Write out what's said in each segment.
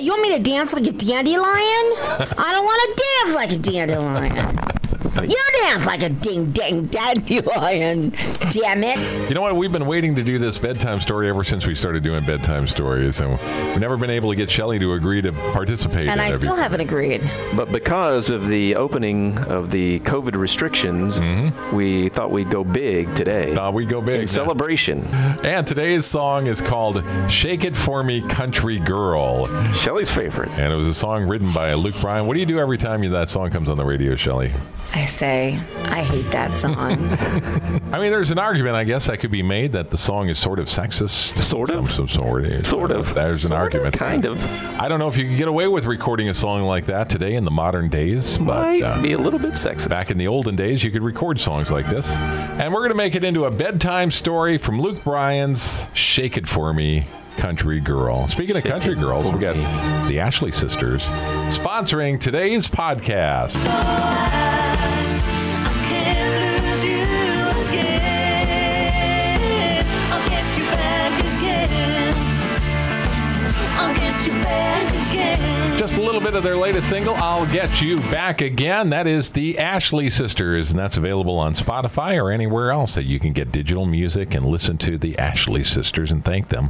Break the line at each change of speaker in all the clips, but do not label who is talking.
You want me to dance like a dandelion? I don't want to dance like a dandelion. You dance like a ding dang dandelion. Damn it.
You know what? We've been waiting to do this bedtime story ever since we started doing bedtime stories, and we've never been able to get Shelley to agree to participate. in
And I
every-
still haven't agreed.
But because of the opening of the COVID restrictions, we thought we'd go Mm-hmm. big today.
Uh, we go big.
in celebration.
And today's song is called Shake It For Me Country Girl.
Shelley's favorite.
And it was a song written by Luke Bryan. What do you do every time you, that song comes on the radio, Shelley?
I say, I hate that song.
I mean, there's an argument, I guess, that could be made that the song is sort of sexist.
Sort of?
Some, some sort.
Sort of.
There's an
Sort of,
argument.
kind of.
I don't know if you can get away with recording a song like that today in the modern days, but.
Might
uh,
be a little bit sexist.
Back in the olden days, you could record songs like this. And we're going to make it into a bedtime story from Luke Bryan's Shake It For Me Country Girl. Speaking of country girls, we got the Ashley Sisters sponsoring today's podcast. Just a little bit of their latest single, I'll Get You Back Again. That is the Ashley Sisters, and that's available on Spotify or anywhere else that you can get digital music and listen to the Ashley Sisters and thank them.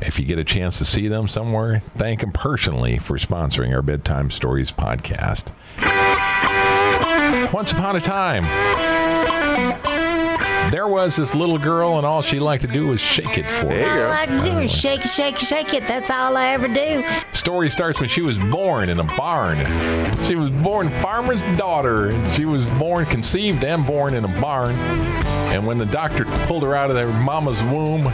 If you get a chance to see them somewhere, thank them personally for sponsoring our Bedtime Stories podcast. Once upon a time, there was this little girl, and all she liked to do was shake it for
There you
all
go.
I do is shake, shake, shake it. That's all I ever do.
Story starts when she was born in a barn. She was born farmer's daughter. and She was born, conceived and born in a barn. And when the doctor pulled her out of her mama's womb,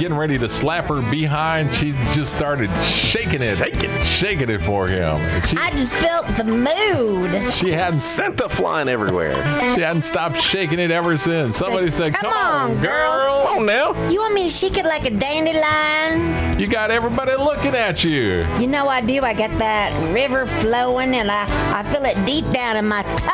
getting ready to slap her behind, she just started shaking it.
Shaking it.
Shaking it for him. She,
I just felt the mood.
she hadn't
Santa flying everywhere.
she hadn't stopped shaking it ever since. Somebody said,
"Come
Come on,
on,
girl.
Come on now.
You want me to shake it like a dandelion?
You got everybody looking at you.
You know I do. I got that river flowing and I, I feel it deep down in my toe.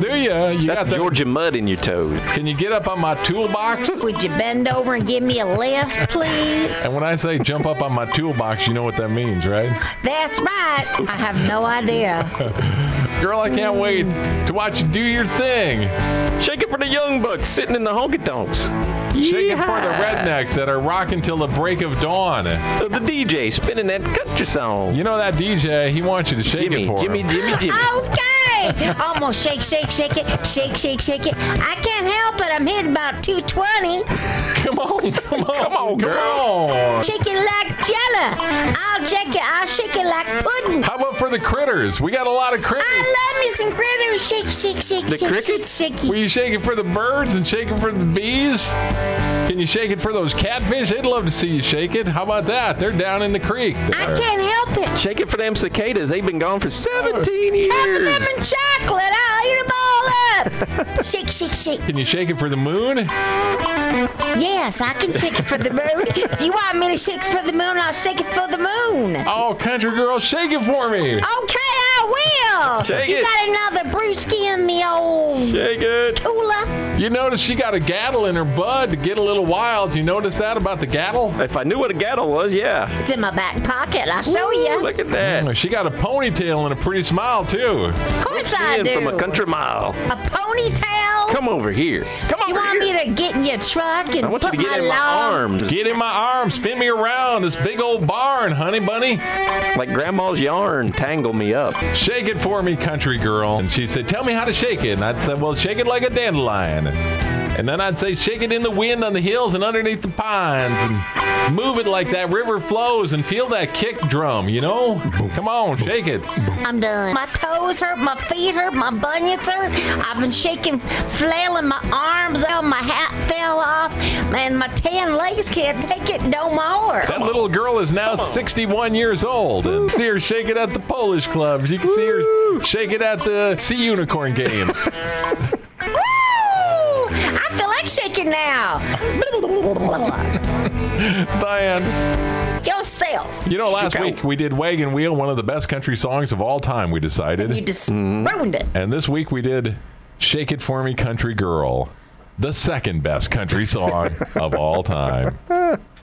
Do ya? You
That's
got the-
Georgia mud in your toad.
Can you get up on my toolbox?
Would you bend over and give me a lift, please?
And when I say jump up on my toolbox, you know what that means, right?
That's right. I have no idea.
Girl, I can't wait to watch you do your thing.
Shake it for the young bucks sitting in the honky tonks.
Shake it for the rednecks that are rocking till the break of dawn.
Of the DJ spinning that country song.
You know that DJ, he wants you to shake
Jimmy,
it for
Jimmy,
him.
Jimmy, Jimmy.
Okay. I'm gonna shake, shake, shake it, shake, shake, shake it. I can't help it. I'm hitting about 220.
Come on, come on, come
on, girl.
on.
Shake it like jello. I'll shake it. I'll shake it like pudding.
How about for the critters? We got a lot of critters.
I love me some critters. Shake, shake, shake,
The
shake,
crickets?
shake, shake.
Will you shake it for the birds and shake it for the bees? Can you shake it for those catfish? They'd love to see you shake it. How about that? They're down in the creek.
I
there.
can't help it.
Shake it for them cicadas. They've been gone for 17
Have
years.
lemon chocolate. I'll eat them all up. shake, shake, shake.
Can you shake it for the moon?
Yes, I can shake it for the moon. if you want me to shake it for the moon, I'll shake it for the moon.
Oh, country girl, shake it for me.
Okay, I will.
Shake
you
it.
got another brewski in the old
Shake it.
cooler?
You notice she got a gaddle in her bud to get a little wild. You notice that about the gaddle?
If I knew what a gaddle was, yeah.
It's in my back pocket. I'll show you.
Look at
Mm-hmm.
that.
She got a ponytail and a pretty smile too.
Of course I
In
do.
from a country mile.
A ponytail.
Come over here. Come
You
over
want
here.
me to get in your truck and
I want you
put
to get
my
in my
log?
arms.
Get in my arm, spin me around this big old barn, honey bunny.
Like grandma's yarn, tangle me up.
Shake it for me, country girl. And she said, Tell me how to shake it. And I'd say, Well, shake it like a dandelion. And then I'd say, Shake it in the wind on the hills and underneath the pines. And move it like that river flows and feel that kick drum, you know? Come on, shake it.
I'm done. My toes hurt, my feet hurt, my bunions hurt. I've been shaking, flailing my arms out. My hat fell off, and my tan legs can't take it no more.
That little girl is now 61 years old. And see her shake it at the Polish clubs. You can see her shake it at the Sea Unicorn games.
Woo! I feel like shaking now.
Diane,
Yourself.
you know, last
Shook out.
week we did Wagon Wheel, one of the best country songs of all time, we
You
decided.
just ruined it.
And this week we did Shake It For Me Country Girl, the second best country song of all time.